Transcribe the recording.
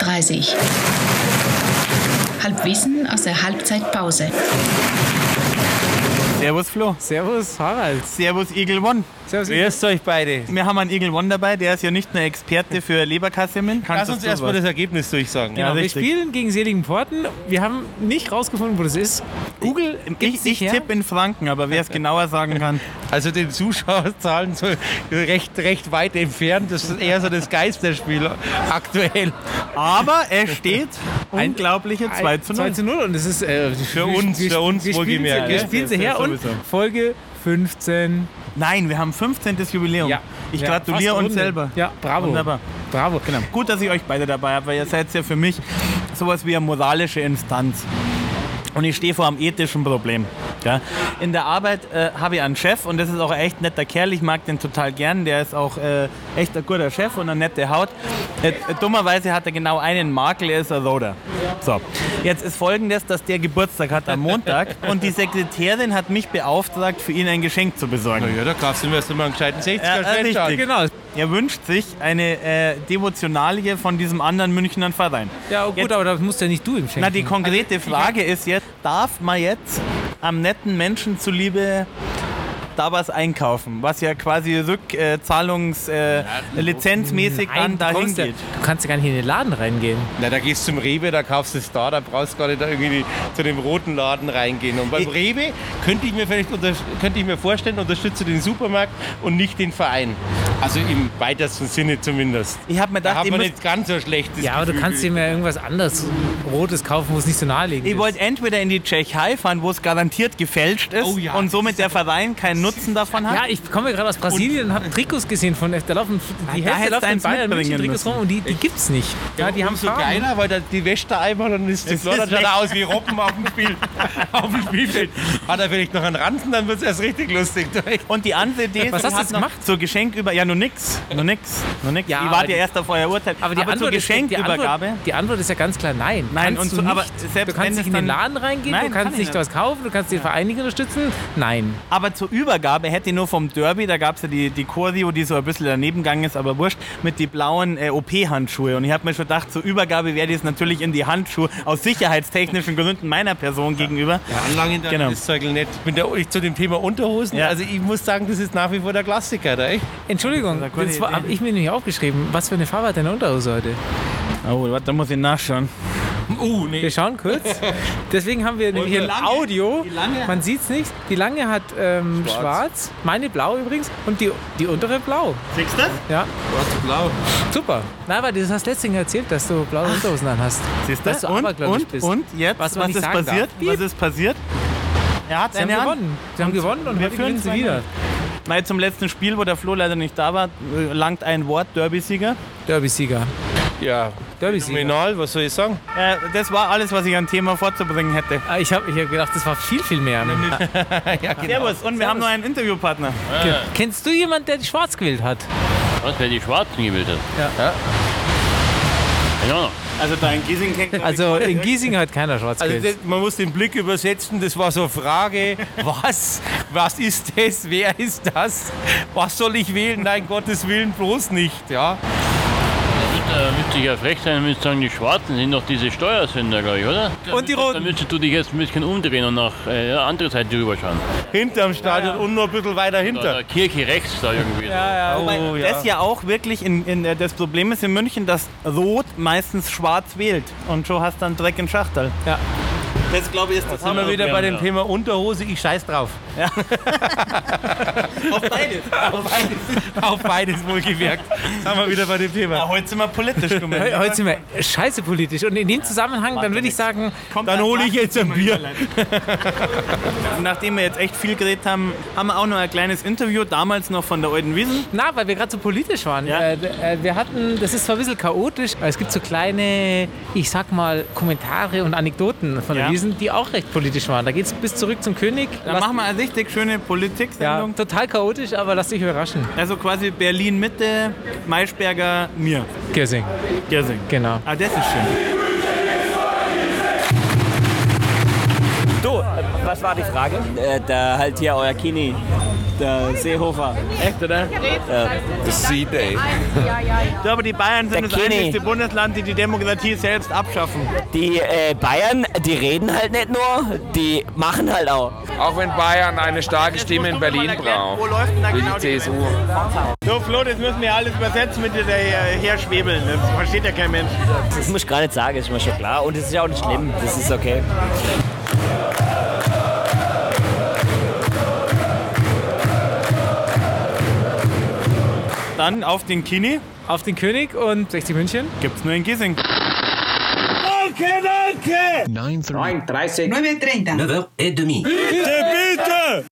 30. Halbwissen aus der Halbzeitpause. Servus Flo. Servus Harald. Servus Eagle One. Servus. Grüßt euch beide. Wir haben einen Eagle One dabei, der ist ja nicht nur Experte für Leberkassemmeln. Lass uns erstmal das Ergebnis durchsagen. Ja, wir richtig. spielen gegen Seligenporten. Wir haben nicht rausgefunden, wo das ist. Google Ich, gibt ich nicht her. tippe in Franken, aber wer es genauer sagen kann. Also den Zuschauerzahlen so recht, recht weit entfernt. Das ist eher so das Geisterspiel aktuell. Aber es steht unglaubliche 2 zu 0. 2 zu 0 und es ist äh, für uns, für uns wir spielen wohlgemerkt, sie, wir ja. spielen sie Ja, her und sowieso. Folge 15. Nein, wir haben 15. Jubiläum. Ja. Ich Ja, gratuliere fast uns Runde. selber. Ja, bravo. Wunderbar. Bravo, genau. Gut, dass ich euch beide dabei habe, weil ihr seid ja für mich sowas wie eine moralische Instanz. Und ich stehe vor einem ethischen Problem. Ja. In der Arbeit äh, habe ich einen Chef und das ist auch ein echt netter Kerl. Ich mag den total gern. Der ist auch äh, echt ein guter Chef und eine nette Haut. Äh, äh, dummerweise hat er genau einen Makel, er ist ein Roder. So, jetzt ist folgendes, dass der Geburtstag hat am Montag und die Sekretärin hat mich beauftragt, für ihn ein Geschenk zu besorgen. Naja, da kaufst du mir erst mal einen gescheiten 60er Ja, äh, schnell richtig. schauen. Genau. Er wünscht sich eine äh, Devotionalie von diesem anderen Münchner Verein. Ja, gut, Jetzt- aber das musst ja nicht du im Schenken. Na, die konkrete Also, Frage ist jetzt, darf man jetzt am netten Menschen zuliebe da was einkaufen, was ja quasi Rückzahlungs äh, lizenzmäßig Nein, dann du, dahin kommst ja, geht. du kannst ja gar nicht in den Laden reingehen. Na, da gehst du zum Rewe, da kaufst du es da, da brauchst du gar nicht da irgendwie zu dem roten Laden reingehen. Und beim Ich- Rewe könnte ich mir vielleicht unter, könnte ich mir vorstellen, unterstütze den Supermarkt und nicht den Verein. Also im weitesten Sinne zumindest. Ich habe mir Da gedacht, hat ich, man muss- nicht ganz so schlechtes Ja, aber du Gefühl. kannst ihm ja irgendwas anderes Rotes kaufen, wo es nicht so naheliegend ich ist. wollte entweder in die Tschechei fahren, wo es garantiert gefälscht ist Oh ja, und somit der Verein keinen Nutzen davon hat. Ja, ich komme gerade aus Brasilien und habe Trikots gesehen von da laufen die Ah, da hättest Hälfte du läuft in eins Bayern mitbringen München Trikots müssen. rum und die, die gibt's nicht. Ja, die haben so Farben. geiler, weil da die wäscht da einmal und ist das Es Lodder ist schaut echt- er aus wie Robben auf dem Spiel. auf dem Spielfeld. Hat er vielleicht noch einen Ranzen, dann wird es erst richtig lustig. Und die andere Idee Was ist, hast du hat jetzt noch gemacht? Zur Geschenk über ja nur nix, nur nix, nur nix. Ja, ich warte aber ja die- erst auf euer Urteil. Aber die zur Antwort ist- Die Geschenkübergabe. Antwort, die Antwort ist ja ganz klar nein. Nein, kannst und du so- nicht. aber selbst du wenn kannst nicht es in den dann- Laden reingehen, Nein, du kann kannst ich nicht nicht. was kaufen, du kannst den Verein nicht unterstützen. Nein. Aber zur Übergabe hätte ich nur vom Derby, da gab es ja die, die Choreo, die so ein bisschen daneben gegangen ist, aber wurscht, mit die blauen äh, OP-Handschuhe. Und ich habe mir schon gedacht, zur Übergabe werde ich es natürlich in die Handschuhe, aus sicherheitstechnischen Gründen meiner Person gegenüber. Anlangen Genau. das Zeug nicht. Mit der, ich, zu dem Thema Unterhosen. Ja. Also ich muss sagen, das ist nach wie vor der Klassiker, da echt. Entschuldigung, eine gute das war- Idee. hab ich mir nämlich aufgeschrieben, was für eine Farbe hat deine Unterhose heute? Oh, warte, da muss ich nachschauen. Uh, nee. Wir schauen kurz. Deswegen haben wir nämlich die hier ein lange- Audio. die lange- Man sieht's nicht. Die lange hat ähm, schwarz. meine blau übrigens und die, die untere blau. Siehst du das? Ja, blau. super. Na, aber du hast letztens erzählt, dass du blaue Unterhosen an hast. Siehst Dass du? du Und, abergläubisch und, bist. und jetzt, Was was, man nicht ist sagen passiert? darf. Was ist passiert? Er hat Sie haben eine Hand. gewonnen. Sie haben gewonnen und wir heute führen gewinnen sie 2-0. wieder. Nein, zum letzten Spiel, wo der Flo leider nicht da war, äh, langt ein Wort Derby-Sieger. Derby-Sieger. Ja, Derby-Sieger. nominal, was soll ich sagen? Äh, das war alles, was ich an Thema vorzubringen hätte. Ah, Ich habe ich hab gedacht, das war viel, viel mehr. Servus, und wir haben noch einen Interviewpartner. Kennst du jemanden, der die schwarz gewählt hat? Was, wer die Schwarzen gewählt hat? Genau. Ja. Ja. Also da in Giesing Also in Giesing hat keiner schwarz Also gewählt. das, man muss den Blick übersetzen, das war so eine Frage, was, was ist das, wer ist das, was soll ich wählen, nein, Gottes Willen, bloß nicht, ja. Da müsste, da müsste ich ja frech sein und müsste sagen, die Schwarzen sind doch diese Steuersünder, glaube ich, oder? Und die Roten. Dann müsstest du dich jetzt ein bisschen umdrehen und nach äh, ja, andere Seite rüberschauen. Hinterm Stadion und noch ein bisschen weiter Da, hinter. da Kirche rechts da irgendwie. so. Äh, Wobei Oh, ja. das ja auch wirklich in, in, äh, das Problem ist in München, dass Rot meistens schwarz wählt und schon hast dann Dreck in Schachtel. Ja. Das glaube ich ist das Sind wir wieder bei dem Ja. Thema Unterhose, ich scheiß drauf. Auf beides. Auf beides wohlgemerkt. Sind wir wieder bei dem Ja, Thema. heute sind wir politisch He- gemeint. Heute sind wir scheiße politisch. Und in dem Zusammenhang, dann würde ich sagen, Dann hole ich jetzt ein Bier. Nachdem wir jetzt echt viel geredet haben, haben wir auch noch ein kleines Interview, damals noch von der Alten Wiesen. na, weil wir gerade so politisch waren. Ja. Äh, d- äh, wir hatten, das ist zwar ein bisschen chaotisch, aber es gibt so kleine, ich sag mal, Kommentare und Anekdoten von Ja. der Wiesen, die auch recht politisch waren. Da geht es bis zurück zum König. Dann Lass- machen wir eine richtig schöne ja, Politik-Sendung. total chaotisch, aber lass dich überraschen. Also quasi Berlin-Mitte, Maischberger, mir. Ah, Giersing, Giersing. genau. Ah, das ist schön. Du, was war die Frage? Äh, da halt hier euer Kini, der Seehofer. Echt, oder? Das sieht ey. Ja, aber die Bayern sind Der das Kini. einzige Bundesland, die die Demokratie selbst abschaffen. Die äh, Bayern, die reden halt nicht nur, die machen halt auch. Auch wenn Bayern eine starke Stimme in Berlin Wo braucht. läuft denn da Für genau die die CSU. So, Flo, das müssen wir alles übersetzen mit dir her schwebeln. Das versteht ja kein Mensch. Das muss ich gar nicht sagen, ist mir schon klar. Und es ist ja auch nicht schlimm, das ist okay. Dann auf den Kini Auf den König und 60 München. gibt's nur in Giesing. 9.30 9.30. Bitte, bitte!